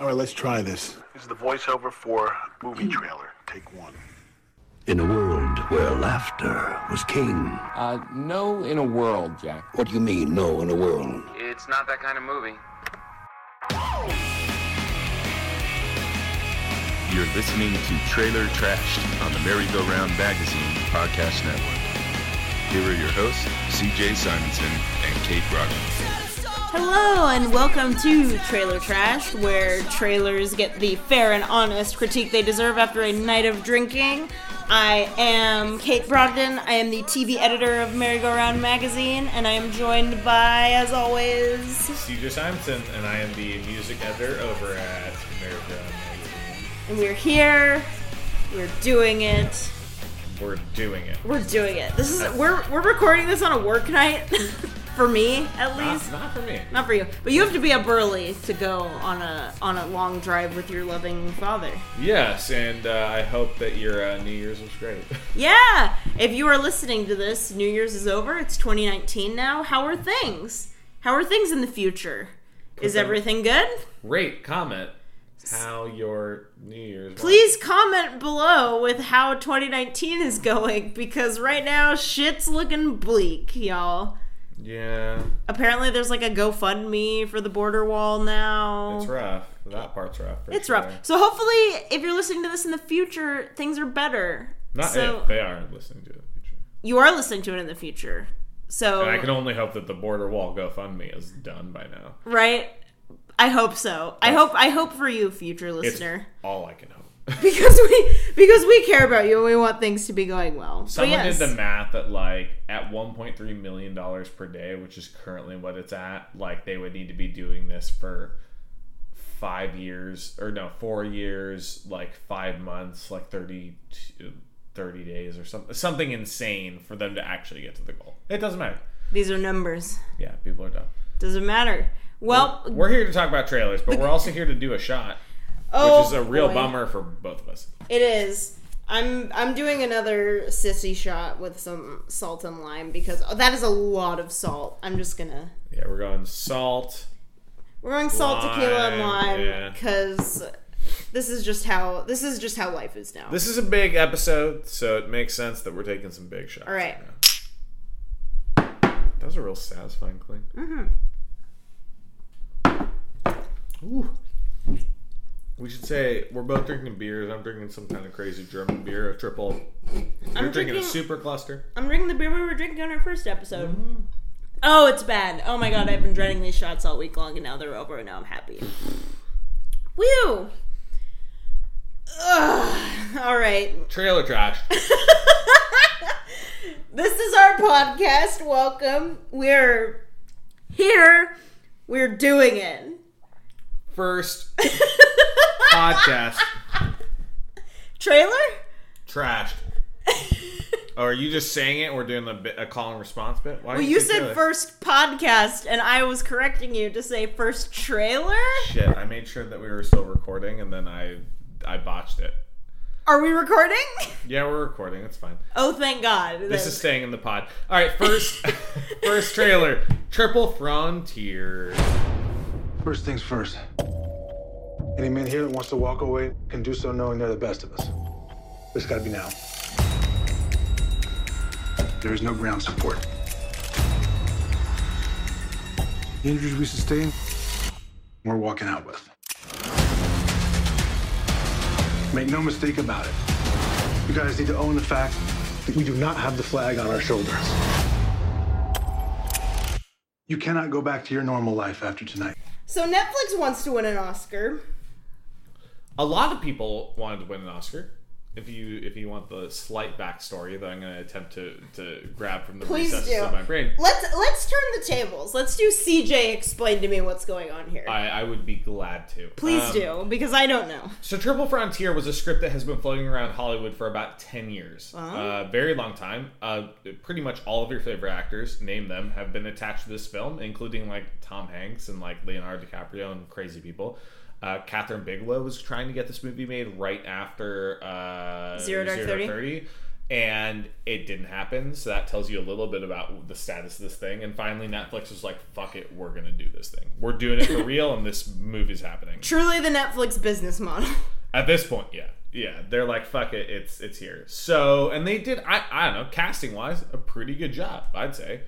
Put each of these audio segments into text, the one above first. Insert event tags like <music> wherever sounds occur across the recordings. All right, let's try this. This is the voiceover for movie trailer. Take one. In a world where laughter was king. Uh, no, in a world, Jack. What do you mean, no, in a world? It's not that kind of movie. You're listening to Trailer Trashed on the Merry-Go-Round Magazine Podcast Network. Here are your hosts, CJ Simonson and Kate Brockman. Hello and welcome to Trailer Trash, where trailers get the fair and honest critique they deserve after a night of drinking. I am Kate Brogdon. I am the TV editor of Merry-Go-Round magazine, and I am joined by, as always, CJ Simonson, and I am the music editor over at America Magazine. and we're here. We're doing it. We're doing it. We're doing it. This is we're we're recording this on a work night, <laughs> for me at least. Not, not for me. Not for you, but you have to be up early to go on a on a long drive with your loving father. Yes, and uh, I hope that your uh, New Year's was great. <laughs> Yeah. If you are listening to this, New Year's is over. It's 2019 now. How are things? How are things in the future? Is them- everything good? Great comment. How your New Year's? was. Please comment below with how 2019 is going because right now shit's looking bleak, y'all. Yeah, Apparently, there's like a GoFundMe for the border wall now. it's rough. That part's rough. for It's sure. rough. So hopefully, if you're listening to this in the future, things are better. Not so if they are listening to it. in the future. you are listening to it in the future. So And I can only hope that the border wall GoFundMe is done by now. right? I hope so. I hope I hope for you, future It's listener, <laughs> all I can hope. because we because we care about you and we want things to be going well. So Someone yes, did the math that like at 1.3 million dollars per day, which is currently what it's at, like they would need to be doing this for five years or no, four years, like five months, like 30, 30 days or something, something insane for them to actually get to the goal. It doesn't matter. these are numbers. Yeah, people are dumb. Doesn't matter. Well, We're here to talk about trailers, but we're also here to do a shot, oh, which is a real boy. bummer for both of us. It is. I'm I'm doing another sissy shot with some salt and lime because oh, that is a lot of salt. I'm just gonna Yeah, we're going salt. we're going salt, tequila, and Lime, lime yeah. because this is just how this is just how life is now. This is a big episode, so it makes sense that we're taking some big shots. All right. now. That was a real satisfying cling. Mm-hmm. Mm-hmm. Ooh. We should say we're both drinking beers. I'm drinking some kind of crazy German beer, a triple. You're drinking, a drinking- super cluster. I'm drinking the beer we were drinking on our first episode. Mm-hmm. Oh, it's bad. Oh my god, I've been dreading these shots all week long, and now they're over, and now I'm happy. Woo! Ugh. All right. Trailer trash. This is our podcast. Welcome. We're here. We're doing it. <laughs> First podcast Trailer? trashed. Oh, are you just saying it? We're doing a, bit, a call and response bit. Why Well, did you do said it? first podcast, and I was correcting you to say first trailer. Shit, I made sure that we were still recording and then I I botched it. Are we recording? <laughs> Yeah, we're recording. It's fine. Oh, thank God. This is staying in the pod. All right, <laughs> first first trailer, Triple Frontier. First things first. Any man here that wants to walk away can do so knowing they're the best of us. This gotta be now. There is no ground support. The injuries we sustain, we're walking out with. Make no mistake about it. You guys need to own the fact that we do not have the flag on our shoulders. You cannot go back to your normal life after tonight. So Netflix wants to win an Oscar. A lot of people wanted to win an Oscar. If you if you want the slight backstory that I'm going to attempt to to grab from the Please recesses do. of my brain, Let's let's turn the tables. Let's do CJ explain to me what's going on here. I, I would be glad to. Please Um, do because I don't know. So, Triple Frontier was a script that has been floating around Hollywood for about 10 years. Uh, very long time. Uh, pretty much all of your favorite actors, name them, have been attached to this film, including like Tom Hanks and like Leonardo DiCaprio and crazy people. Uh, Catherine Bigelow was trying to get this movie made right after uh, Zero Dark Thirty. Thirty, and it didn't happen. So that tells you a little bit about the status of this thing. And finally, Netflix was like, "Fuck it, we're gonna do this thing. We're doing it <laughs> for real, and this movie's happening." Truly the Netflix business model. <laughs> At this point, yeah, yeah, they're like, "Fuck it, it's it's here." So, and they did. I I don't know, casting wise, a pretty good job, I'd say.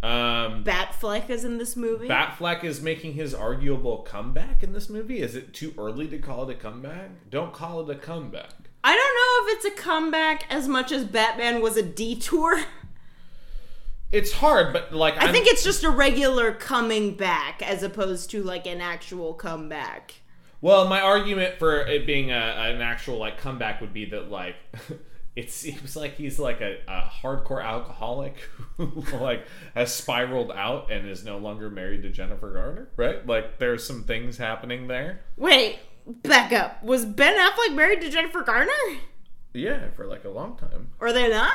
Um, Batfleck is in this movie. Batfleck is making his arguable comeback in this movie. Is it too early to call it a comeback? Don't call it a comeback. I don't know if it's a comeback as much as Batman was a detour. <laughs> It's hard, but like I think it's just a regular coming back as opposed to like an actual comeback. well. My argument for it being a, an actual like comeback would be that like <laughs> it seems like he's like a, a hardcore alcoholic <laughs> who like has spiraled out and is no longer married to Jennifer Garner, right? Like there's some things happening there. Wait, back up. Was Ben Affleck married to Jennifer Garner? Yeah, for like a long time Or they're not?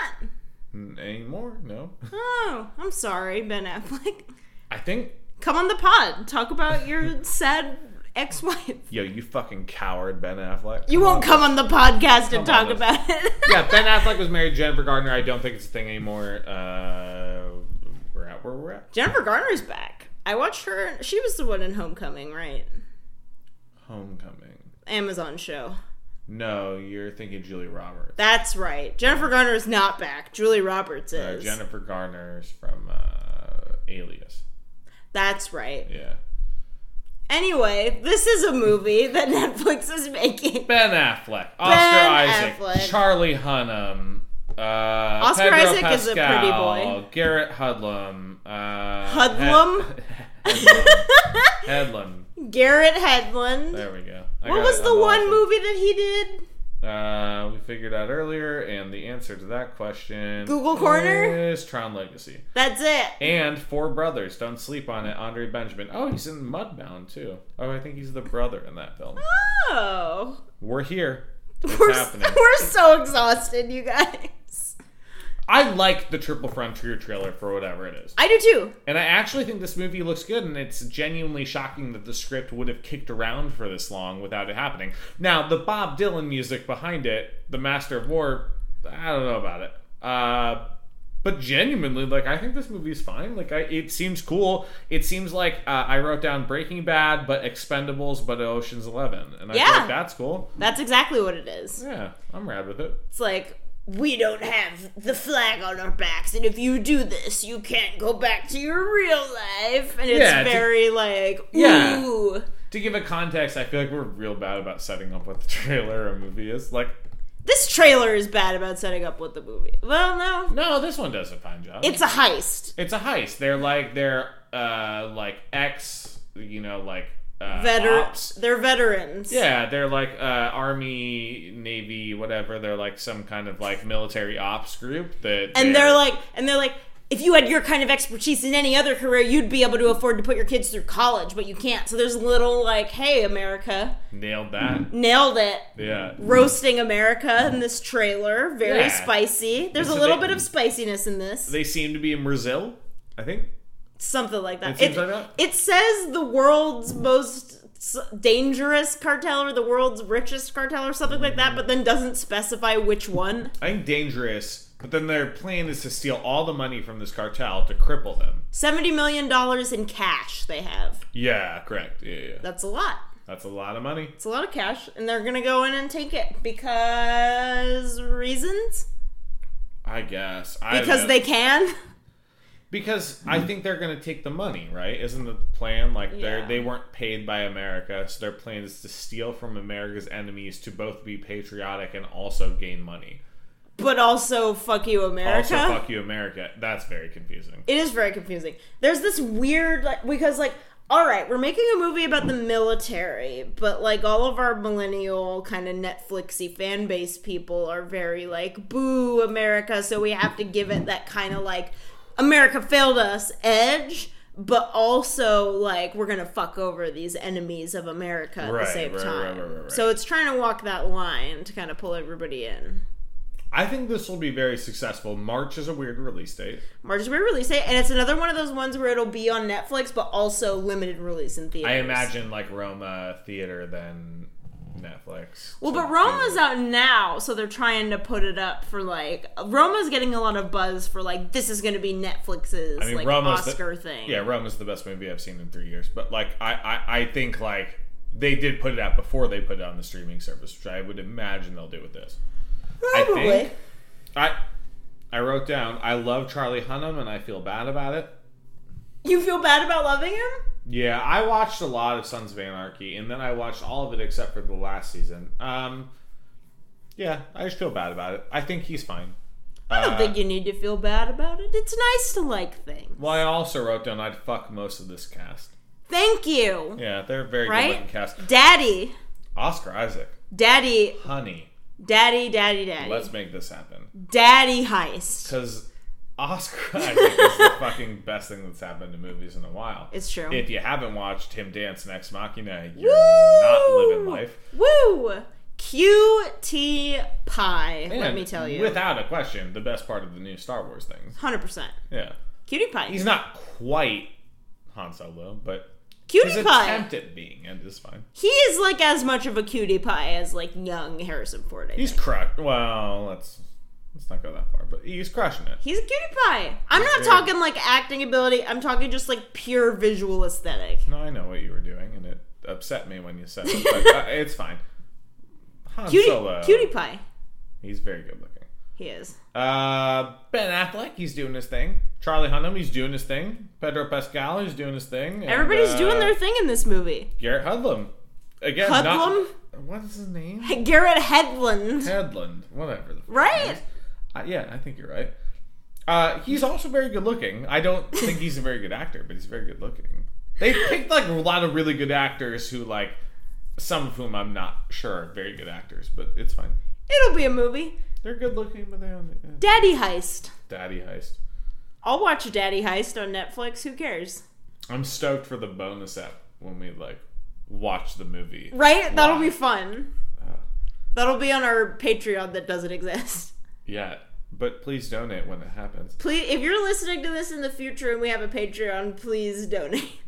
N- anymore. No, Oh, I'm sorry, Ben Affleck. <laughs> I think Come on the pod. Talk about <laughs> your sad ex-wife. yo, you fucking coward, Ben Affleck. You won't come on the podcast and Come talk on, about it. <laughs> yeah, Ben Affleck was married to Jennifer Gardner. I don't think it's a thing anymore. Uh, we're at where we're at. Jennifer Garner's back. I watched her. She was the one in Homecoming, right? Homecoming. Amazon show. No, you're thinking Julie Roberts. That's right. Jennifer Garner is not back. Julie Roberts Uh, is. Jennifer Garner's from uh, Alias. That's right. Yeah. Anyway, this is a movie <laughs> that Netflix is making. Ben Affleck, Oscar Ben Isaac, Affleck. Charlie Hunnam. Uh, Oscar Pedro Isaac is a pretty Pascal, boy. Garrett Hudlum. Uh, Hudlum? He- <laughs> Hudlum. Hudlum. Garrett Hedlund. There we go. I what got was it. the I'm one awesome. movie that he did? Uh, we figured out earlier, and the answer to that question Google Corner? is Tron Legacy That's it. and Four Brothers. Don't sleep on it. Andre Benjamin. Oh, he's in Mudbound too. Oh, I think he's the brother in that film. <laughs> Oh. We're here. It's We're, happening. <laughs> we're so exhausted, you guys. I like the Triple Frontier trailer for whatever it is, I do too. and I actually think this movie looks good. And it's genuinely shocking that the script would have kicked around for this long without it happening. Now, the Bob Dylan music behind it, the Master of War. I don't know about it. Uh, but genuinely like i think this movie is fine like I, it seems cool it seems like uh, i wrote down breaking bad but expendables but oceans 11 and i Yeah. think like that's cool That's exactly what it is. yeah i'm rad with it It's like, we don't have the flag on our backs, and if you do this, you can't go back to your real life. And it's Yeah, it's a- very like, ooh. Yeah. to give it context i feel like we're real bad about setting up what the <laughs> trailer or movie is like This trailer is bad about setting up what the movie. Well, no. no this one does a fine job It's a heist. it's a heist they're like they're uh like ex you know like uh, Veterans. ops. They're veterans. Yeah, they're like uh, army, navy, whatever. They're like some kind of like military ops group that. And they're like, and they're like, if you had your kind of expertise in any other career, you'd be able to afford to put your kids through college, but you can't. So there's a little like, hey, America, nailed that. nailed it. Yeah, Roasting America in this trailer, very Yeah. spicy. There's So a little they- bit of spiciness in this, they seem to be in Brazil. I think. something like that. It seems like that? it says the world's most s- dangerous cartel or the world's richest cartel or something like that, but then doesn't specify which one. I think dangerous. But then their plan is to steal all the money from this cartel to cripple them. Seventy million dollars in cash they have. Yeah, correct. Yeah, yeah. That's a lot. That's a lot of money. It's a lot of cash, and they're gonna go in and take it because reasons. I guess. I Because don't- they can. <laughs> Because I think they're going to take the money, right? Isn't the plan like Yeah. they're they weren't paid by America, so their plan is to steal from America's enemies to both be patriotic and also gain money. But also, fuck you, America. Also, fuck you, America. That's very confusing. It is very confusing. There's this weird like because like all right, we're making a movie about the military, but like all of our millennial kind of Netflixy fan base people are very like boo America, so we have to give it that kind of like America failed us edge, but also like we're going to fuck over these enemies of America at Right, the same right, right, time. right, right, right. So it's trying to walk that line to kind of pull everybody in. I think this will be very successful. March is a weird release date. March is where we release it, and it's another one of those ones where it'll be on Netflix, but also limited release in theaters. I imagine like Roma theater then Netflix. Well, but Roma's out now, so they're trying to put it up for like Roma's getting a lot of buzz for like this is going to be Netflix's I mean, like Roma's the- Oscar thing. Yeah, Rome is the best movie I've seen in three years. But like, I, I, I think like they did put it out before they put it on the streaming service, which I would imagine they'll do with this. I think I, I wrote down I love Charlie Hunnam and I feel bad about it. You feel bad about loving him? Yeah, I watched a lot of Sons of Anarchy, and then I watched all of it except for the last season. Um, yeah, I just feel bad about it. I think he's fine. Uh, I don't think you need to feel bad about it. It's nice to like things. Well, I also wrote down I'd fuck most of this cast. Thank you, Yeah, they're a very Right? good looking cast. Daddy, Oscar Isaac, Daddy, honey, Daddy, Daddy, Daddy, let's make this happen. Mm. Daddy Heist. Because Oscar <laughs> Isaac <laughs> is the fucking best thing that's happened to movies in a while. It's true. If you haven't watched him dance in Ex Machina, you're not Woo! living life. Woo! QT pie. let And me tell you, Without a question, the best part of the new Star Wars things. hundred percent. Yeah. Cutie pie. He's not quite Han Solo, but his cutie pie. attempt at being it is fine. He is like as much of a cutie pie as like young Harrison Ford. I He's think. crush. Well, let's let's not go that far, but he's crushing it. He's a cutie pie. I'm not talking like acting ability. I'm talking just like pure visual aesthetic. No, I know what you were doing, and it upset me when you said it, but uh, it's fine. Han <laughs> Cutie, Solo, cutie pie. he's very good looking. He is. Uh, ben Affleck, he's doing his thing. Charlie Hunnam, he's doing his thing. Pedro Pascal, he's doing his thing. and, Everybody's uh, doing their thing in this movie. <laughs> Garrett Hudlum. Again, Hudlum? Not, what is his name? Garrett Hedlund. Hedlund, whatever. The Right? Uh, yeah, I think you're right. Uh, he's also very good looking. <laughs> I don't think he's a very good actor, but he's very good looking. They picked like a lot of really good actors who like some of whom I'm not sure are very good actors, but it's fine. It'll be a movie. They're good looking, but they don't. eh. Daddy Heist. Daddy Heist. I'll watch Daddy Heist on Netflix. Who cares? I'm stoked for the bonus app when we like watch the movie. Right? That'll Wow. be fun. That'll be on our Patreon that doesn't exist. <laughs> Yeah, but please donate when it happens. Please, if you're listening to this in the future and we have a Patreon, please donate.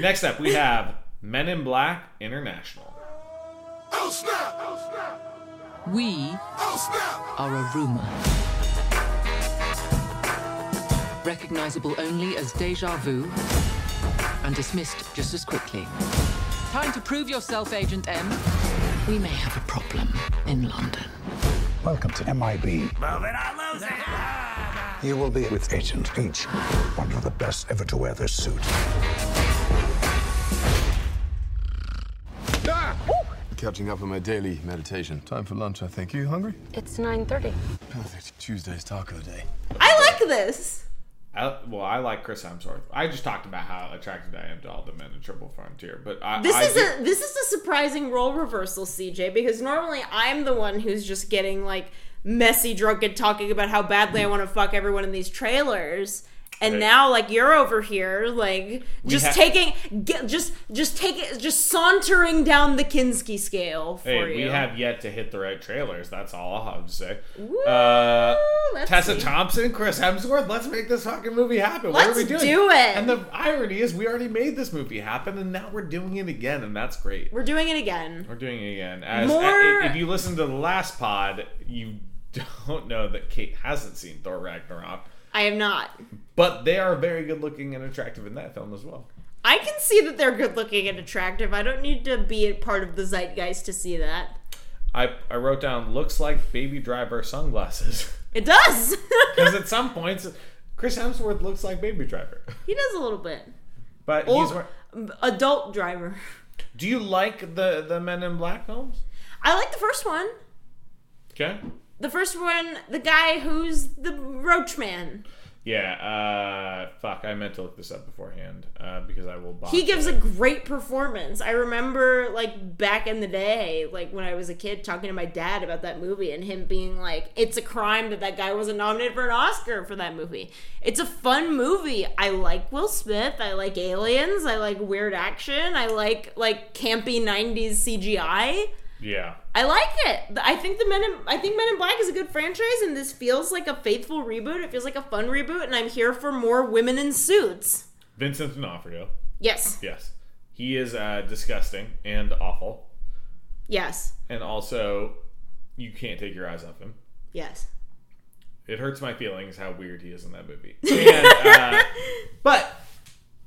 Next up, we have Men in Black International. We are a rumor. Recognizable only as deja vu and dismissed just as quickly. Time to prove yourself, Agent M. We may have a problem in London. Welcome to MIB. You will be with Agent H, one of the best ever to wear this suit. Catching up on my daily meditation. Time for lunch, I think. You hungry? It's 9.30. Perfect. Tuesday's taco day. I like this. I, well, I like Chris Hemsworth. I just talked about how attracted I am to all the men in Triple Frontier, but I, This I is do- a this is a surprising role reversal, CJ, because normally I'm the one who's just getting like messy drunk and talking about how badly I want to fuck everyone in these trailers. And Right. now, like you're over here, like just ha- taking, get, just just taking, just sauntering down the Kinski scale for Hey, you. we have yet to hit the right trailers. That's all I'll have to say. Woo, Uh, let's Tessa see. Thompson, Chris Hemsworth. Let's make this fucking movie happen. what Let's are we doing? do it. And the irony is, we already made this movie happen, and now we're doing it again, and that's great. We're doing it again. We're doing it again. As, More- If you listen to the last pod, you <laughs> don't know that Kate hasn't seen Thor Ragnarok, I am not. but they are very good looking and attractive in that film as well. I can see that they're good looking and attractive. I don't need to be a part of the zeitgeist to see that. I, I wrote down looks like baby driver sunglasses <laughs> It does. <laughs> because at some points Chris Hemsworth looks like baby driver, he does a little bit. but he's. Or wear- adult driver. Do you like the the Men in Black films? I like the first one. Okay. The first one, the guy who's the roach man. Yeah. Uh, fuck, I meant to look this up beforehand uh, because I will. Botch He gives a it. great performance. I remember, like, back in the day, like, when I was a kid, talking to my dad about that movie and him being like, it's a crime that that guy wasn't nominated for an Oscar for that movie. It's a fun movie. I like Will Smith. I like aliens. I like weird action. I like, like, campy 90s CGI. Yeah. I like it. I think the Men in I think Men in Black is a good franchise, and this feels like a faithful reboot. It feels like a fun reboot, and I'm here for more women in suits. Vincent D'Onofrio. Yes, Yes. He is uh, disgusting and awful. Yes. and also you can't take your eyes off him. Yes. It hurts my feelings how weird he is in <laughs> that movie. And, uh, but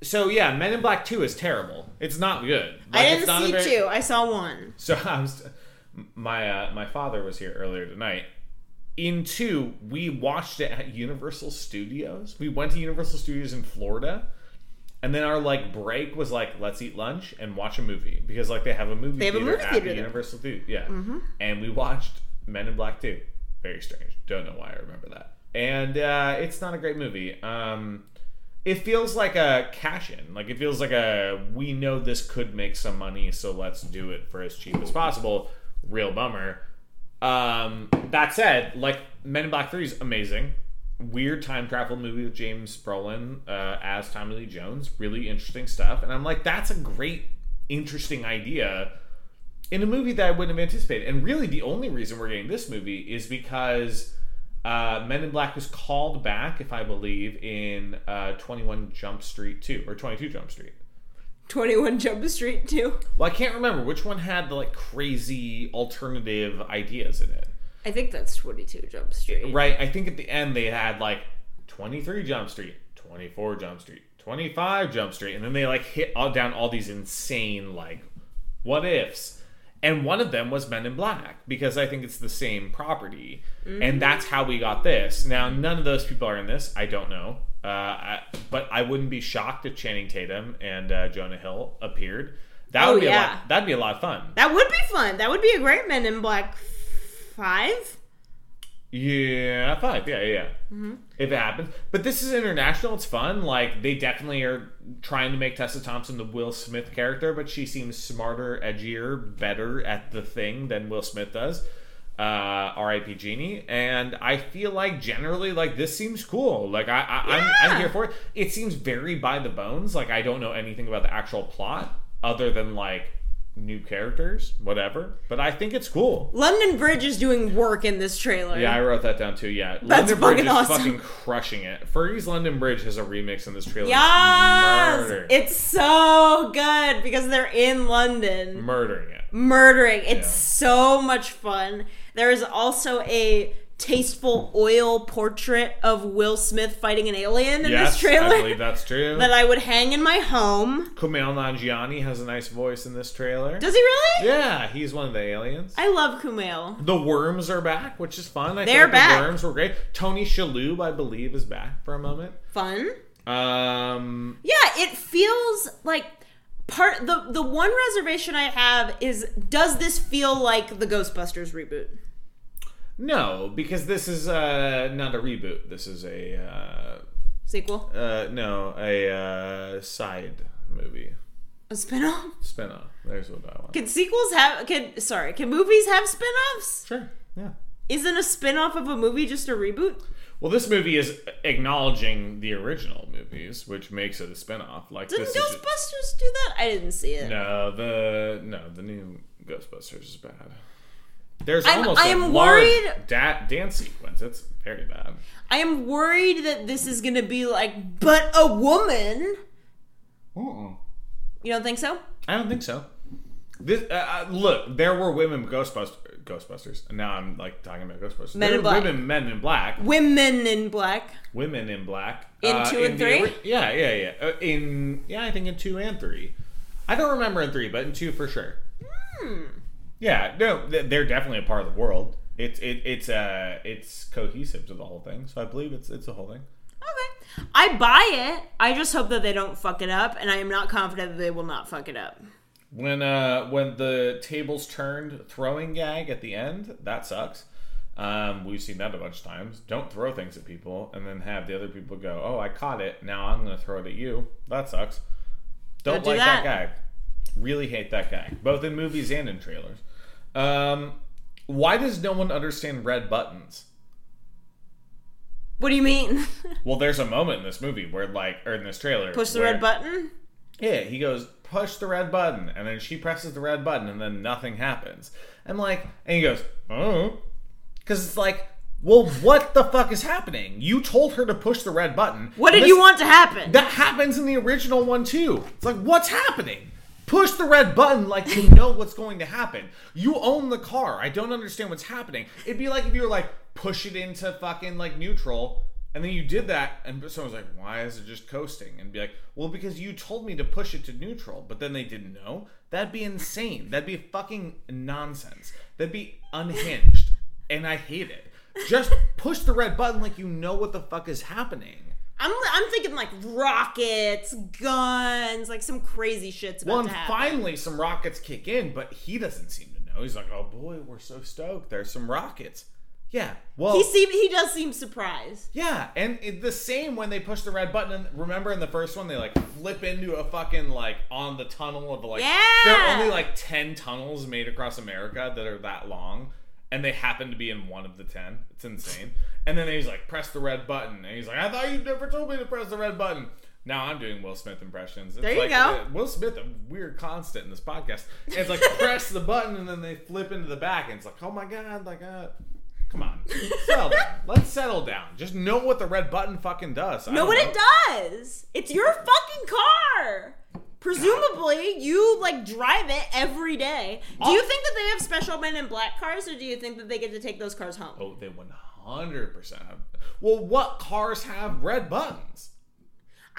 so yeah, Men in Black Two is terrible. It's not good. Like, I it's didn't not a see very- two. I saw one. So <laughs> I was, my uh, my father was here earlier tonight. In two, we watched it at Universal Studios. We went to Universal Studios in Florida, and then our like break was like, let's eat lunch and watch a movie because like they have a movie. They have a movie theater at the there. Mm-hmm. Universal Studios. Yeah, and we watched Men in Black Two. Very strange. Don't know why I remember that. And uh, it's not a great movie. Um, it feels like a cash in. Like it feels like a we know this could make some money, so let's do it for as cheap as possible. Real bummer. Um, that said, like Men in Black Three is amazing. Weird time travel movie with James Brolin uh, as Tommy Lee Jones. Really interesting stuff. And I'm like, that's a great, interesting idea in a movie that I wouldn't have anticipated. And really, the only reason we're getting this movie is because uh, Men in Black was called back, if I believe, in uh, 21 Jump Street 2 or 22 Jump Street. Twenty One Jump Street two. Well, I can't remember which one had the like crazy alternative ideas in it. I think that's twenty two Jump Street. Right? I think at the end they had like 23 Jump Street, 24 Jump Street, 25 Jump Street, and then they like hit all down all these insane like what ifs. And one of them was Men in Black because I think it's the same property, Mm-hmm. and that's how we got this. Now none of those people are in this. I don't know, uh, I, but I wouldn't be shocked if Channing Tatum and uh, Jonah Hill appeared. That Oh, would be a yeah. lot, that'd be a lot of fun. That would be fun. That would be a great Men in Black five. Yeah, five. Yeah, yeah. yeah. If it happens, but this is international. It's fun. Like they definitely are trying to make Tessa Thompson the Will Smith character, but she seems smarter, edgier, better at the thing than Will Smith does. Uh, R.I.P. Genie. And I feel like generally, like this seems cool. Like I, I I'm, I'm here for it. It seems very by the bones. Like I don't know anything about the actual plot other than like new characters, whatever. But I think it's cool. London Bridge is doing work in this trailer. Yeah, I wrote that down too. Yeah, That's London fucking Bridge is awesome. fucking crushing it. Fergie's London Bridge has a remix in this trailer. It's Yes! murder- It's so good because they're in London murdering it. murdering. It's Mm-hmm. Yeah. so much fun. There is also a tasteful oil portrait of Will Smith fighting an alien in Yes, this trailer I believe that's true. <laughs> that I would hang in my home. Kumail Nanjiani has a nice voice in this trailer. Does he really? yeah, he's one of the aliens. I love Kumail. the worms are back, which is fun. I They're think back. The worms were great. Tony Shalhoub, I believe, is back for a moment. Fun. Um, Yeah, it feels like part the the one reservation I have is does this feel like the Ghostbusters reboot? no, because this is uh, not a reboot. This is a uh, Sequel? uh, no a uh, side movie A spinoff? spinoff. There's what I want. Can sequels have can sorry, can movies have spin-offs? Sure. Yeah. Isn't a spin-off of a movie just a reboot? Well, this movie is acknowledging the original movies, which makes it a spin-off. Like Didn't this is Ghostbusters do that? I didn't see it. no the no the new Ghostbusters is bad. There's I'm- almost I a am large worried- da- dance sequence. It's very bad. I am worried that this is gonna be like, but a woman. Uh-uh. You don't think so? I don't think so. This uh, uh, look, there were women Ghostbusters. Ghostbusters. Now I'm like talking about Ghostbusters. Men There in were Black. Women, men in black. Women in black. women in black uh, In two and the three? ori- yeah yeah yeah uh, in yeah i think in two and three i don't remember in three but in two for sure Hmm. yeah no th- they're definitely a part of the world it's it, it's uh it's cohesive to the whole thing so i believe it's it's a whole thing Okay. I buy it. I just hope that they don't fuck it up, and I am not confident that they will not fuck it up. when uh when the tables turned throwing gag at the end that sucks um, we've seen that a bunch of times. Don't throw things at people and then have the other people go, "Oh, I caught it. Now I'm going to throw it at you." That sucks. Don't Don't do like that. that. gag. Really hate that gag, both in movies and in trailers. Um, why does no one understand red buttons? What do you mean? <laughs> Well, there's a moment in this movie where, like, or in this trailer, Push the where- red button? Yeah, he goes, push the red button, and then she presses the red button, and then nothing happens. And like, and he goes, oh, because it's like, well, what the fuck is happening? You told her to push the red button. What did This- you want to happen? That happens in the original one too. It's like, what's happening? Push the red button like you know what's going to happen. You own the car. I don't understand what's happening. It'd be like if you were like push it into fucking like neutral, and then you did that, and someone's like, "Why is it just coasting?" And be like, "Well, because you told me to push it to neutral, but then they didn't know." That'd be insane. That'd be fucking nonsense. That'd be unhinged, and I hate it. Just push the red button like you know what the fuck is happening. I'm, I'm thinking like rockets, guns, like some crazy shit's about Well, to and happen. finally some rockets kick in, but he doesn't seem to know. He's like, "Oh boy, we're so stoked. There's some rockets." Yeah. Well, He seem he does seem surprised. yeah, and it, the same when they push the red button. And remember in the first one, they like flip into a fucking like on the tunnel of like. There Yeah. are only like ten tunnels made across America that are that long, and they happen to be in one of the ten. It's insane. And then he's like, "Press the red button," and he's like, "I thought you never told me to press the red button." Now I'm doing Will Smith impressions. It's There you like, uh, go. Will Smith, a weird constant in this podcast. And it's like <laughs> press the button, and then they flip into the back, and it's like, "Oh my god!" Like, uh, come on, settle down. Let's settle down. Just know what the red button fucking does. I Know don't what it does? It's your fucking car. Presumably, you like drive it every day. Do you think that they have special men in black cars, or do you think that they get to take those cars home? Oh, they 100 percent have. Well, what cars have red buttons?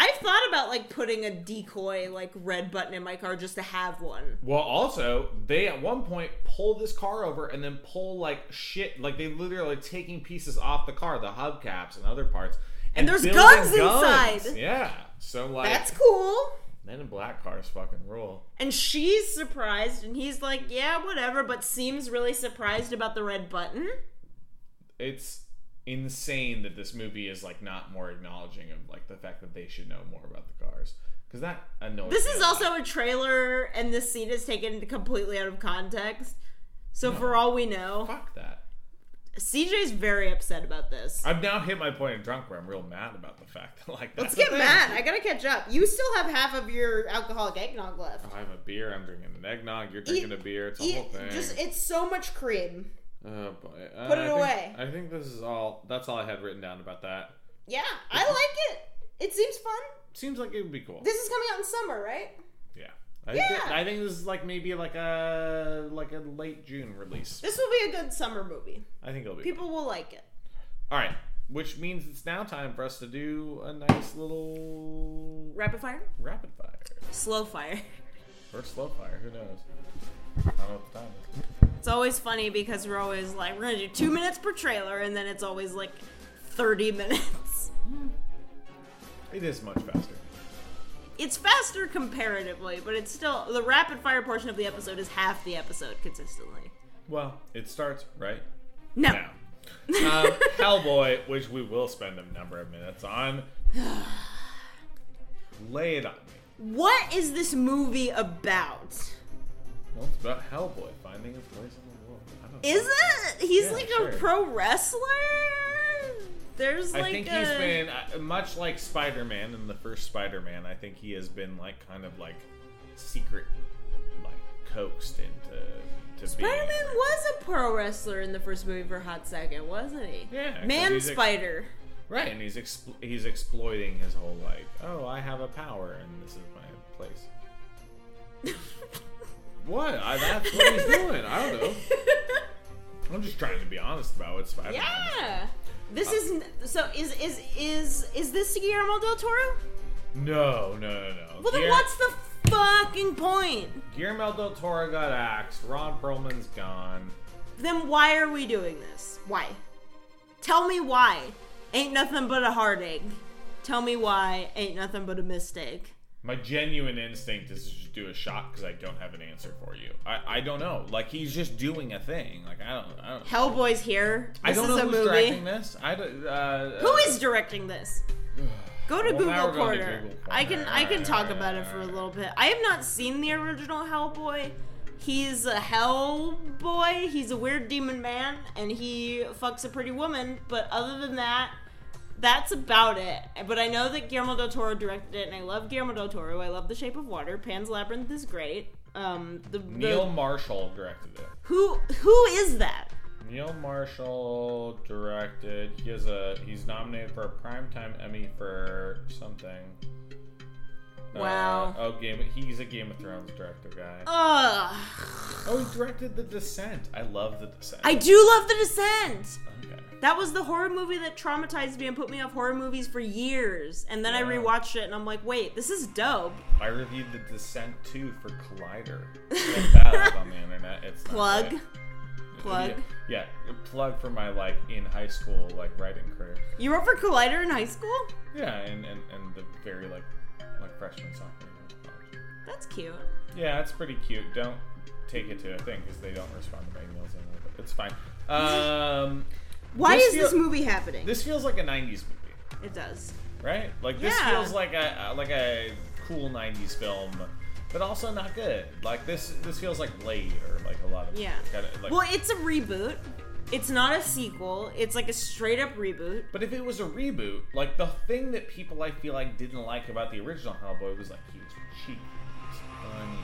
I've thought about like putting a decoy like red button in my car just to have one. Well, also they at one point pull this car over and then pull like shit, like they literally are, like taking pieces off the car, the hubcaps and other parts. And, there's building guns inside. Yeah. So like That's cool. men in black cars fucking rule. And she's surprised, and he's like, "Yeah, whatever," but seems really surprised about the red button. It's insane that this movie is like not more acknowledging of like the fact that they should know more about the cars because that annoys. This me is a lot. also a trailer, and this scene is taken completely out of context. So for all we know, fuck that. CJ's very upset about this. I've now hit my point in drunk where I'm real mad about the fact that like Let's that's get a thing. mad. I gotta catch up. You still have half of your alcoholic eggnog left. I have a beer. I'm drinking an eggnog. You're drinking a beer. It's a Eat- whole thing. Just it's so much cream. oh boy. Uh, Put it I think- away. I think this is all. That's all I had written down about that. Yeah, I like it. It seems fun. Seems like it would be cool. This is coming out in summer, right? yeah. I think, Yeah. I think this is like maybe like a like a late June release. This will be a good summer movie. I think it'll be. People will like it. All right, which means it's now time for us to do a nice little Rapid fire, rapid fire slow fire. <laughs> or slow fire. Who knows? I don't know what the time is. It's always funny because we're always like, we're gonna do two minutes per trailer, and then it's always like 30 <laughs> minutes. It is much faster. It's faster comparatively, but it's still the rapid fire portion of the episode is half the episode consistently. Well, it starts right No. now. um, Hellboy, which we will spend a number of minutes on. Lay it on me. What is this movie about? Well, it's about Hellboy finding his place in the world. I don't know. Is it? He's Yeah, like sure. a pro wrestler? There's I like think a. he's been uh, much like Spider-Man in the first Spider-Man. I think he has been like kind of like secret, like coaxed into to Spider Man being. was a pro wrestler in the first movie for a hot second, wasn't he? Yeah, 'cause Man he's ex- <laughs> Spider. right, and he's expl- he's exploiting his whole like, oh, I have a power and this is my place. what? I, that's what he's doing. I don't know. I'm just trying to be honest about what Spider-Man. is. Yeah. This is n- so is is is is this Guillermo del Toro? No, no, no, no. Well then Guillermo- what's the fucking point? Guillermo del Toro got axed. Ron Perlman's gone. Then why are we doing this? Why? Tell me why. Ain't nothing but a heartache. Tell me why. Ain't nothing but a mistake. My genuine instinct is to just do a shot because I don't have an answer for you. I, I don't know. Like he's just doing a thing. Like I don't I don't. Hellboy's here. This I don't is know a who's movie. directing this. I don't, uh, Who is directing this? Go to Well, now Google we're going to Corner. Google I can Corner. I can Alright, talk alright, about it for a little bit. I have not seen the original Hellboy. He's a Hellboy. He's a weird demon man, and he fucks a pretty woman. But other than that, that's about it. But I know that Guillermo del Toro directed it, and I love Guillermo del Toro. I love The Shape of Water. Pan's Labyrinth is great. Um, the, the Neil Marshall directed it. who who is that? Neil Marshall directed. He has a he's nominated for a primetime Emmy for something. Wow. Uh, oh, Game. He's a Game of Thrones director guy. Ugh. oh, he directed The Descent. I love The Descent. I do love The Descent. okay. That was the horror movie that traumatized me and put me off horror movies for years. And then I Yeah. rewatched it and I'm like, wait, this is dope. I reviewed The Descent 2 for <laughs> Collider. Look that up on the internet. It's not Plug. right. Plug. Yeah, yeah, plug for my like in high school like writing career. You wrote for Collider in high school? Yeah, and and, and the very like like freshman sophomore year of college. That's cute. Yeah, it's pretty cute. Don't take it to a thing because they don't respond to my emails anymore. But it's fine. Um, <laughs> Why This is this feel- movie happening? this feels like a '90s movie. it does. right? Like this Yeah. feels like a like a cool '90s film, but also not good. Like this this feels like Blade or like a lot of Yeah. Kind of, like, Well, it's a reboot. It's not a sequel. It's like a straight up reboot. but if it was a reboot, like the thing that people I feel like didn't like about the original Hellboy was like he was cheap, he was funny,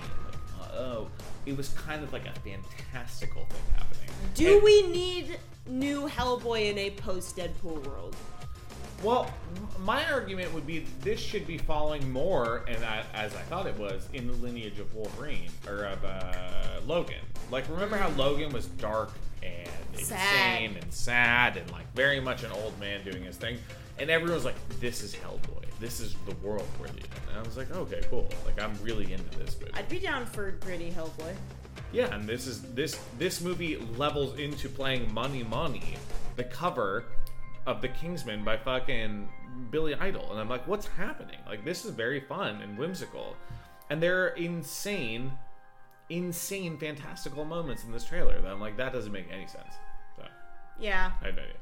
like, uh, oh, it was kind of like a fantastical thing happening. Do And- we need new Hellboy in a post Deadpool world? Well, m- my argument would be this should be following more, and I, as I thought it was, in the lineage of Wolverine or of uh, Logan. Like, remember how Logan was dark and Sad. insane and sad and like very much an old man doing his thing, and everyone's like, "This is Hellboy. This is the world we're living." in." And I was like, "Okay, cool. Like, I'm really into this movie." I'd be down for gritty Hellboy. Yeah, and this is this this movie levels into playing Money Money, the cover of The Kingsman by fucking Billy Idol, and I'm like, what's happening? Like this is very fun and whimsical, and there are insane, insane, fantastical moments in this trailer that I'm like, that doesn't make any sense. So Yeah. I have no idea.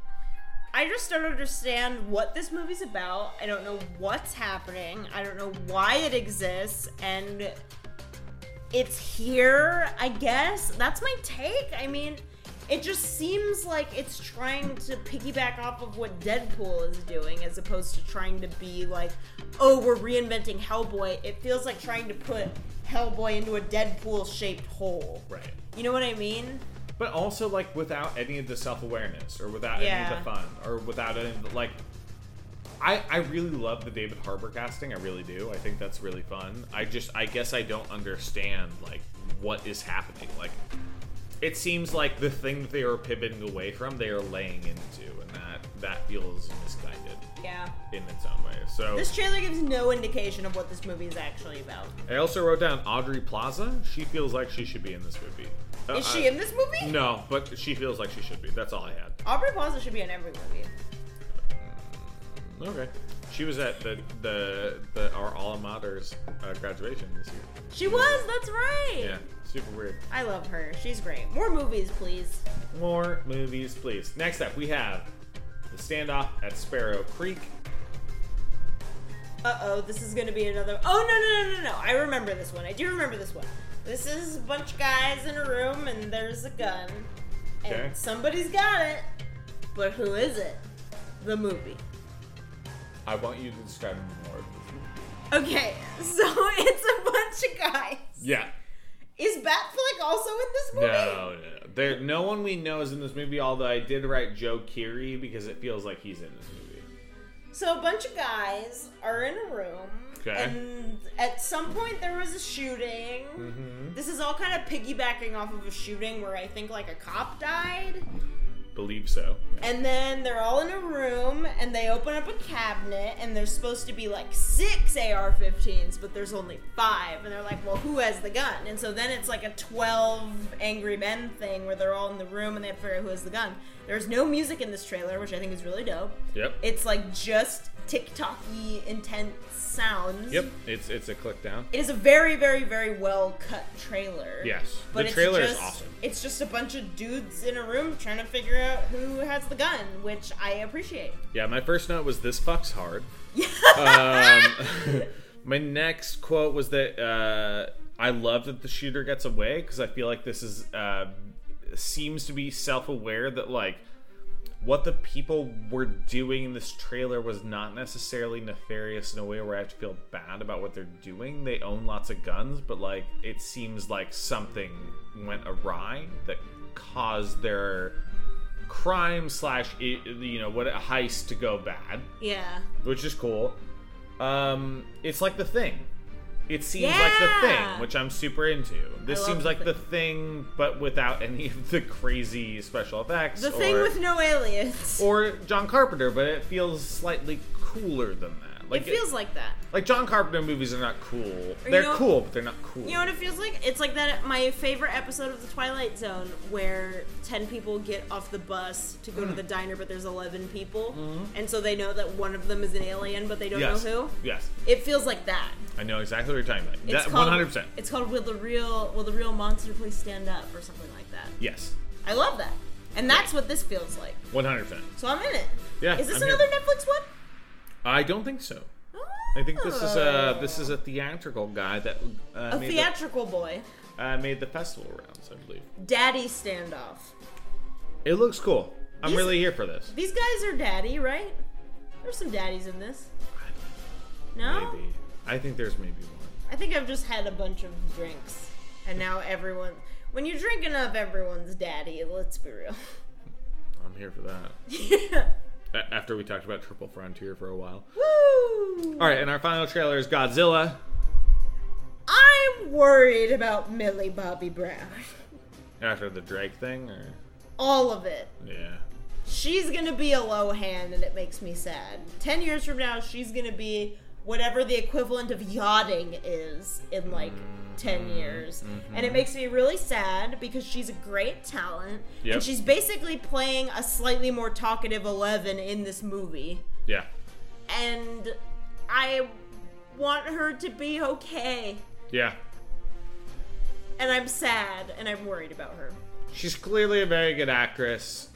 I just don't understand what this movie's about. I don't know what's happening. I don't know why it exists. And it's here, I guess. That's my take. I mean, it just seems like it's trying to piggyback off of what Deadpool is doing as opposed to trying to be like, oh, we're reinventing Hellboy. It feels like trying to put Hellboy into a Deadpool shaped hole. Right. You know what I mean? But also like without any of the self awareness or without any Yeah. of the fun or without any of the, like I, I really love the David Harbour casting. I really do. I think that's really fun. I just I guess I don't understand like what is happening. Like it seems like the thing that they are pivoting away from, they are laying into, and that that feels misguided Yeah. in its own way. So This trailer gives no indication of what this movie is actually about. I also wrote down Audrey Plaza. She feels like she should be in this movie. Uh, Is she I- in this movie? No, but she feels like she should be. That's all I had. Aubrey Plaza should be in every movie. Okay. She was at the the, the our alma mater's uh, graduation this year. She was, that's right. Yeah, super weird. I love her. She's great. More movies, please. More movies, please. Next up, we have the standoff at Sparrow Creek. Uh oh, this is gonna be another. Oh, no, no, no, no, no. I remember this one. I do remember this one. This is a bunch of guys in a room and there's a gun. And Okay. somebody's got it. But who is it? The movie. I want you to describe more. of this movie. Okay, <laughs> so it's a bunch of guys. Yeah. Is Batfleck also in this movie? No, no, no. There, no one we know is in this movie. Although I did write Joe Keery because it feels like he's in this movie. So a bunch of guys are in a room. Okay. And at some point there was a shooting. This is all kind of piggybacking off of a shooting where I think like a cop died. Believe so. Yeah. And then they're all in a room and they open up a cabinet and there's supposed to be like six AR 15s, but there's only five. And they're like, well, who has the gun? And so then it's like a 12 Angry Men thing where they're all in the room and they have to figure out who has the gun. There's no music in this trailer, which I think is really dope. Yep. It's like just TikTok y intense sounds. Yep. It's it's a click down. It is a very, very, very well cut trailer. Yes. But The it's trailer is just- awesome. It's just a bunch of dudes in a room trying to figure out who has the gun, which I appreciate. Yeah, my first note was this fucks hard. um, <laughs> my next quote was that uh, I love that the shooter gets away because I feel like this is uh, seems to be self-aware that like what the people were doing in this trailer was not necessarily nefarious in a way where I have to feel bad about what they're doing. They own lots of guns, but like it seems like something went awry that caused their crime slash i- you know what a heist to go bad Yeah. which is cool um it's like the thing It seems like the Yeah. thing, which I'm super into. This love seems The like the thing, but without any of the crazy special effects. The or, thing with no aliens. or John Carpenter, but it feels slightly cooler than that. Like it feels like that. like John Carpenter movies are not cool. They're know- cool, but they're not cool. You know what it feels like? It's like that my favorite episode of The Twilight Zone where 10 people get off the bus to go Mm. to the diner but there's 11 people and so they know that one of them is an alien but they don't Mm-hmm. yes. know who. Yes, It feels like that. I know exactly what you're talking about. It's That called 100%. It's called Will the real Will the real monster please stand up or something like that. Yes, I love that. And that's what this feels like. 100%. So I'm in it. Yeah, Is this I'm here. another Netflix one? I don't think so. I think this is a this is a theatrical guy that uh, a made, Oh. theatrical boy. the, uh, made the festival rounds, I believe. Daddy standoff. It looks cool. I'm These- really here for this. These guys are daddy, right? There's some daddies in this. No? Maybe I think there's maybe one. I think I've just had a bunch of drinks. And now everyone. When you drink enough, everyone's daddy. Let's be real. <laughs> I'm here for that. A- After we talked about Triple Frontier for a while. Woo! All right, and our final trailer is Godzilla. I'm worried about Millie Bobby Brown. After the Drake thing, or All of it. yeah, She's gonna be a low hand, and it makes me sad. Ten years from now, she's gonna be whatever the equivalent of yachting is in like ten years, and it makes me really sad because she's a great talent, Yep. and she's basically playing a slightly more talkative Eleven in this movie, yeah, and I want her to be okay, yeah. and I'm sad, and I'm worried about her. She's clearly a very good actress,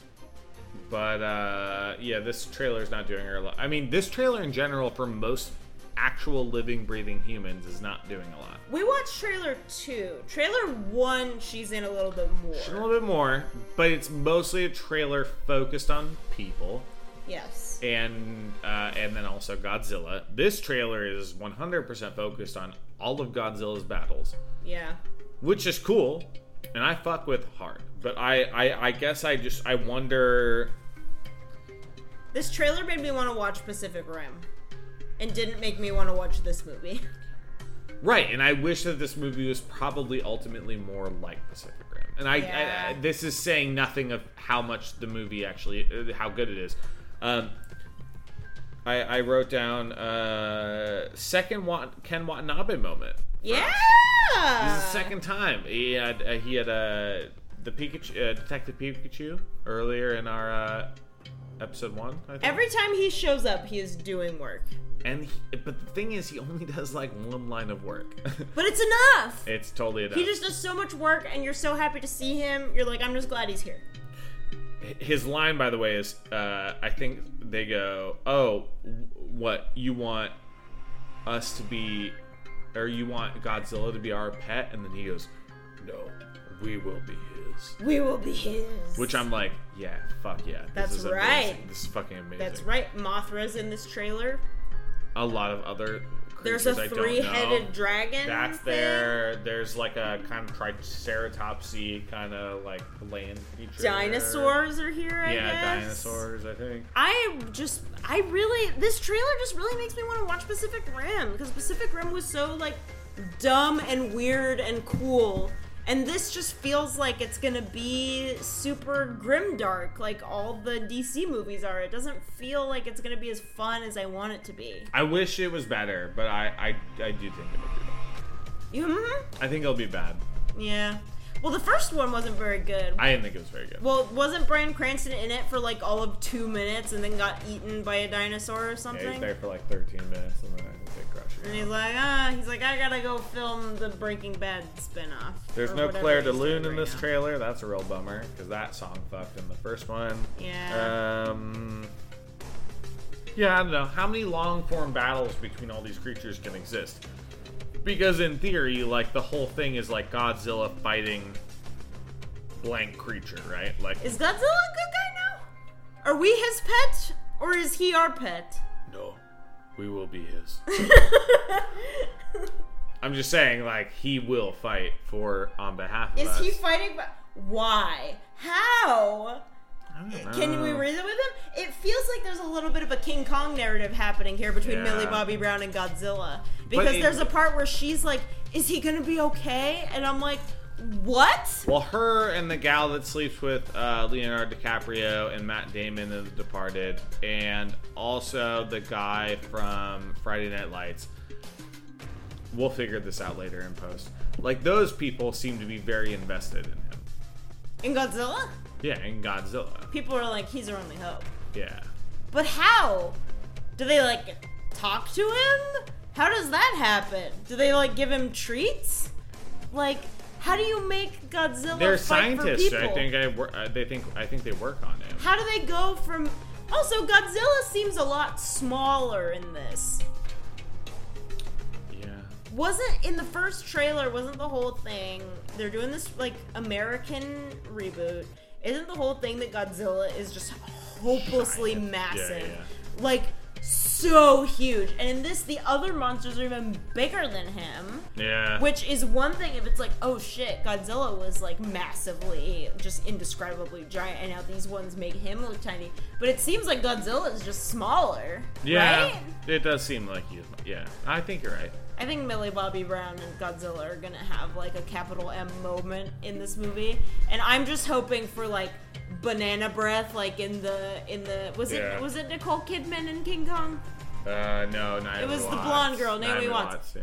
but uh, yeah, this trailer is not doing her. a lot. I mean, this trailer in general for most actual living, breathing humans is not doing a lot. We watched trailer two. Trailer one, she's in a little bit more. A little bit more, but it's mostly a trailer focused on people. Yes. and uh, and then also Godzilla. This trailer is 100% focused on all of Godzilla's battles, Yeah. which is cool, and I fuck with hard. But I I, I guess I just I wonder. This trailer made me want to watch Pacific Rim and didn't make me want to watch this movie. <laughs> Right, and I wish that this movie was probably ultimately more like Pacific Rim. And I, I, I Yeah. this is saying nothing of how much the movie actually, uh, how good it is. Um, I, I wrote down uh, second Wat- Ken Watanabe moment. Yeah. This Uh. is the second time he had uh, he had uh, the Pikachu uh, Detective Pikachu earlier in our uh, episode one. I think. Every time he shows up, he is doing work. and he, but the thing is, he only does like one line of work. But it's enough. <laughs> it's totally enough. He just does so much work, and you're so happy to see him. You're like, I'm just glad he's here. His line, by the way, is uh, I think they go, "Oh, w- what you want us to be, or you want Godzilla to be our pet?" And then he goes, "No, we will be his." We will be his. Which I'm like, yeah, fuck yeah. This That's is right. amazing. This is fucking amazing. That's right. Mothra's in this trailer. A lot of other creatures There's a I don't know. three-headed dragon. That's thing. there. There's like a kind of triceratopsy kind of like land creature. Dinosaurs are here. I Yeah, guess. dinosaurs. I think. I just, I really, this trailer just really makes me want to watch Pacific Rim because Pacific Rim was so like dumb and weird and cool, and this just feels like it's gonna be super grimdark like all the DC movies are. It doesn't feel like it's gonna be as fun as I want it to be. I wish it was better, but I I, I do think it'll be bad. You, mhm. I think it'll be bad. yeah. Well, the first one wasn't very good. I didn't think it was very good. well, wasn't Brian Cranston in it for like all of two minutes and then got eaten by a dinosaur or something? yeah, he's there for like 13 minutes and then I think they crush And it. he's like, ah, he's like, I gotta go film the Breaking Bad spinoff. There's or no whatever Claire de he's doing Lune in right this now. trailer. That's a real bummer because that song fucked in the first one. Yeah. Um. Yeah, I don't know. How many long form battles between all these creatures can exist? Because in theory, like the whole thing is like Godzilla fighting blank creature, right? Like Is Godzilla a good guy now? Are we his pet? Or is he our pet? no, we will be <laughs> his. I'm just saying, like he will fight for on behalf of Is us. he fighting? By- Why? How? I don't Can we know. reason with him? It feels like there's a little bit of a King Kong narrative happening here between Yeah. Millie Bobby Brown and Godzilla because in- there's a part where she's like, "Is he gonna be okay?" And I'm like, "What?" Well, her and the gal that sleeps with uh, Leonardo DiCaprio and Matt Damon in The Departed, and also the guy from Friday Night Lights. We'll figure this out later in post. Like those people seem to be very invested in him. In Godzilla, Yeah, and Godzilla. people are like, "He's our only hope." Yeah. But how? Do they like talk to him? How does that happen? Do they like give him treats? Like, how do you make Godzilla They're fight for scientists. I people? think I wor- uh, they think I think they work on him. How do they go from? Also, Godzilla seems a lot smaller in this. Yeah. Wasn't in the first trailer? Wasn't the whole thing? They're doing this like American reboot. Isn't the whole thing that Godzilla is just hopelessly Giant. Yeah, massive, yeah. like so huge? And in this, the other monsters are even bigger than him. Yeah. Which is one thing if it's like, oh shit, Godzilla was like massively, just indescribably giant, and now these ones make him look tiny. But it seems like Godzilla is just smaller. yeah. Right? It does seem like you. Yeah. I think you're right. I think Millie Bobby Brown and Godzilla are gonna have like a capital M moment in this movie, and I'm just hoping for like banana breath, like in the in the was Yeah. it was it Nicole Kidman and King Kong? Uh, no, Naomi It was the Watts. blonde girl, Naomi Watts. Yeah.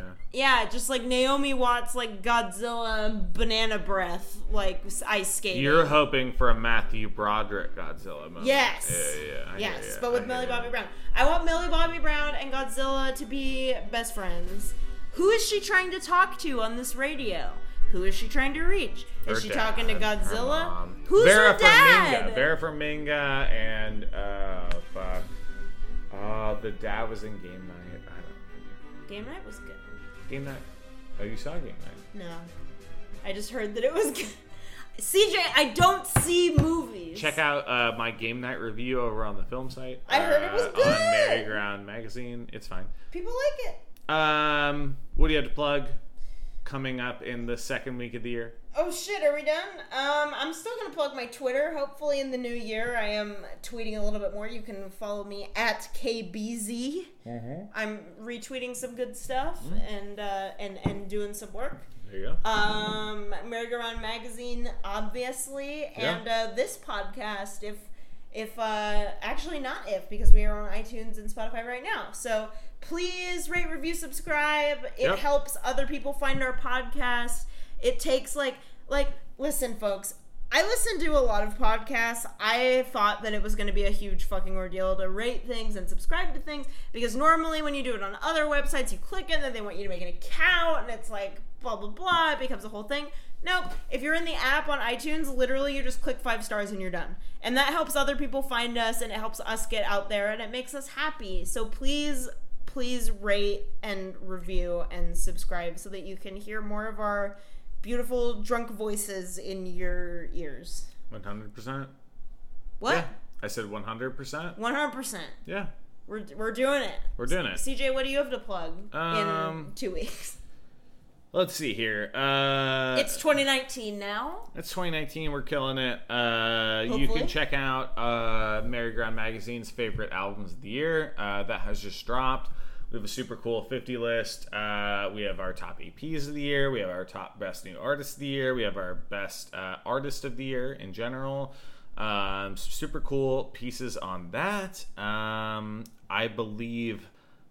Yeah, just like Naomi Watts, like Godzilla banana breath, like ice skating. You're hoping for a Matthew Broderick Godzilla moment. Yes. Yeah, yeah. I hear yes, ya, but with I Millie hear Bobby ya. Brown. I want Millie Bobby Brown and Godzilla to be best friends. Who is she trying to talk to on this radio? Who is she trying to reach? Is Her she dad, talking to her Godzilla? mom. Who's Vera her dad? Farminga. Vera Farminga and uh, fuck. Uh, the dad was in Game Night. I don't. Game night was good. Game Night. Oh, you saw Game Night. No, I just heard that it was good. CJ, I don't see movies. Check out uh, my Game Night review over on the film site. I heard it was uh, good. on Merryground Magazine. It's fine. People like it. Um, what do you have to plug? Coming up in the second week of the year. Oh shit, are we done? Um, I'm still gonna plug my Twitter. Hopefully, in the new year, I am tweeting a little bit more. You can follow me at kbz. I'm retweeting some good stuff and uh, and and doing some work. There you go. Um, Merry-Go-Round magazine, obviously, Yeah. and uh, this podcast. If if uh, actually not if because we are on iTunes and Spotify right now, so please rate, review, subscribe. It Yep. helps other people find our podcast. It takes like like listen, folks. I listen to a lot of podcasts. I thought that it was going to be a huge fucking ordeal to rate things and subscribe to things because normally when you do it on other websites, you click it and then they want you to make an account and it's like blah blah blah. It becomes a whole thing. Nope. If you're in the app on iTunes, literally you just click five stars and you're done. And that helps other people find us and it helps us get out there and it makes us happy. So please, please rate and review and subscribe so that you can hear more of our beautiful drunk voices in your ears. One hundred percent. What? I said one hundred percent. 100%. Yeah. We're, we're doing it. We're doing it. CJ, what do you have to plug in Um, two weeks? Let's see here. Uh, It's 2019 now. It's 2019. We're killing it. Uh, you Hopefully. can check out uh, Mary Ground Magazine's favorite albums of the year. Uh, that has just dropped. We have a super cool 50 list. Uh, we have our top EPs of the year. We have our top best new artists of the year. We have our best uh, artist of the year in general. Um, some super cool pieces on that. Um, I believe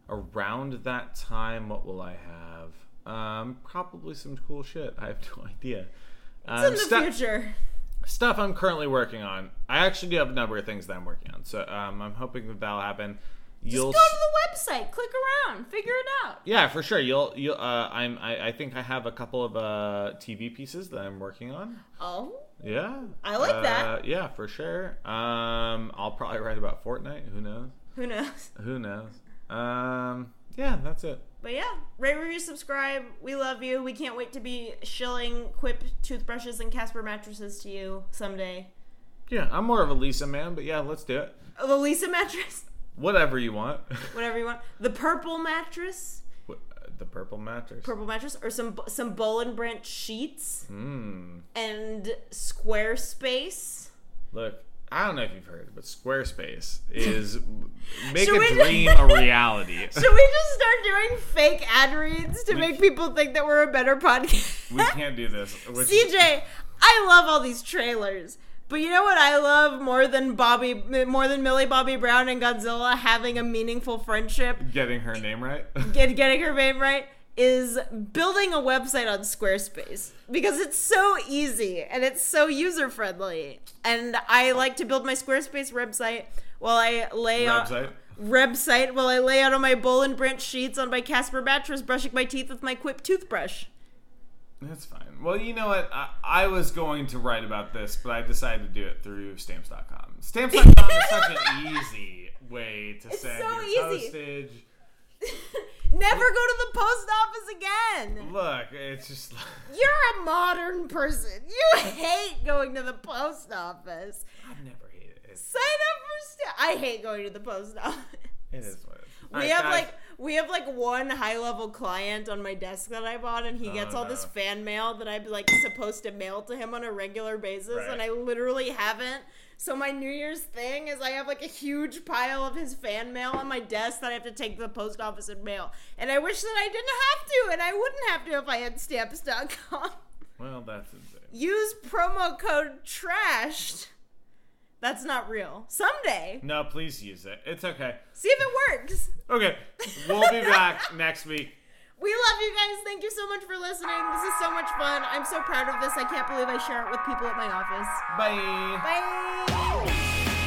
around that time, what will I have? Um, probably some cool shit. I have <laughs> no idea. It's in Um, the stu- future. stuff I'm currently working on. I actually do have a number of things that I'm working on, so um, I'm hoping that that'll happen. You'll, Just go to the website, click around, figure it out. yeah, for sure. You'll, you'll. Uh, I'm. I, I think I have a couple of uh, TV pieces that I'm working on. Oh, Yeah, I like Uh, that. Yeah, for sure. Um, I'll probably write about Fortnite. Who knows? who knows? Who knows? Um, yeah, that's it. But yeah, rate, review, subscribe. We love you. We can't wait to be shilling Quip toothbrushes and Casper mattresses to you someday. Yeah, I'm more of a Lisa man, but yeah, let's do it. Oh, the Lisa mattress, <laughs> Whatever you want. <laughs> whatever you want. The purple mattress, What- the purple mattress. purple mattress, or some some Bolin Hmm. Branch sheets and Squarespace. <laughs> Look, I don't know if you've heard, but Squarespace <laughs> is make Should a we- dream <laughs> a reality. Should we just start doing fake ad reads to make people think that we're a better podcast? we <laughs> can't do this. Which, CJ, I love all these trailers. But you know what I love more than Bobby more than Millie Bobby Brown and Godzilla having a meaningful friendship getting her name right. <laughs> and getting her name right is building a website on Squarespace because it's so easy and it's so user friendly. And I like to build my Squarespace website while I lay on Website. website while I lay out on my bowl and branch sheets on my Casper mattress brushing my teeth with my Quip toothbrush. That's fine. Well, you know what? I, I was going to write about this, but I decided to do it through stamps.com. Stamps.com is such <laughs> an easy way to send so your easy. postage. Never go to the post office again. Look, it's just like, <laughs> You're a modern person. You hate going to the post office. I've never hated it. It's, Sign up for st- I hate going to the post office. <laughs> it is what it is. All We right, have guys. like we have like one high level client on my desk that I bought, and he gets all this Oh, no. fan mail that I'm like supposed to mail to him on a regular basis, and I Right. literally haven't. So my New Year's thing is I have like a huge pile of his fan mail on my desk that I have to take to the post office and mail, and I wish that I didn't have to, and I wouldn't have to if I had stamps.com. Well, that's insane. <laughs> Use promo code trashed. That's not real. Someday, No, please use it. It's okay. see if it works. Okay, we'll be <laughs> back next week. We love you guys. Thank you so much for listening. This is so much fun. I'm so proud of this. I can't believe I share it with people at my office. Bye. Bye.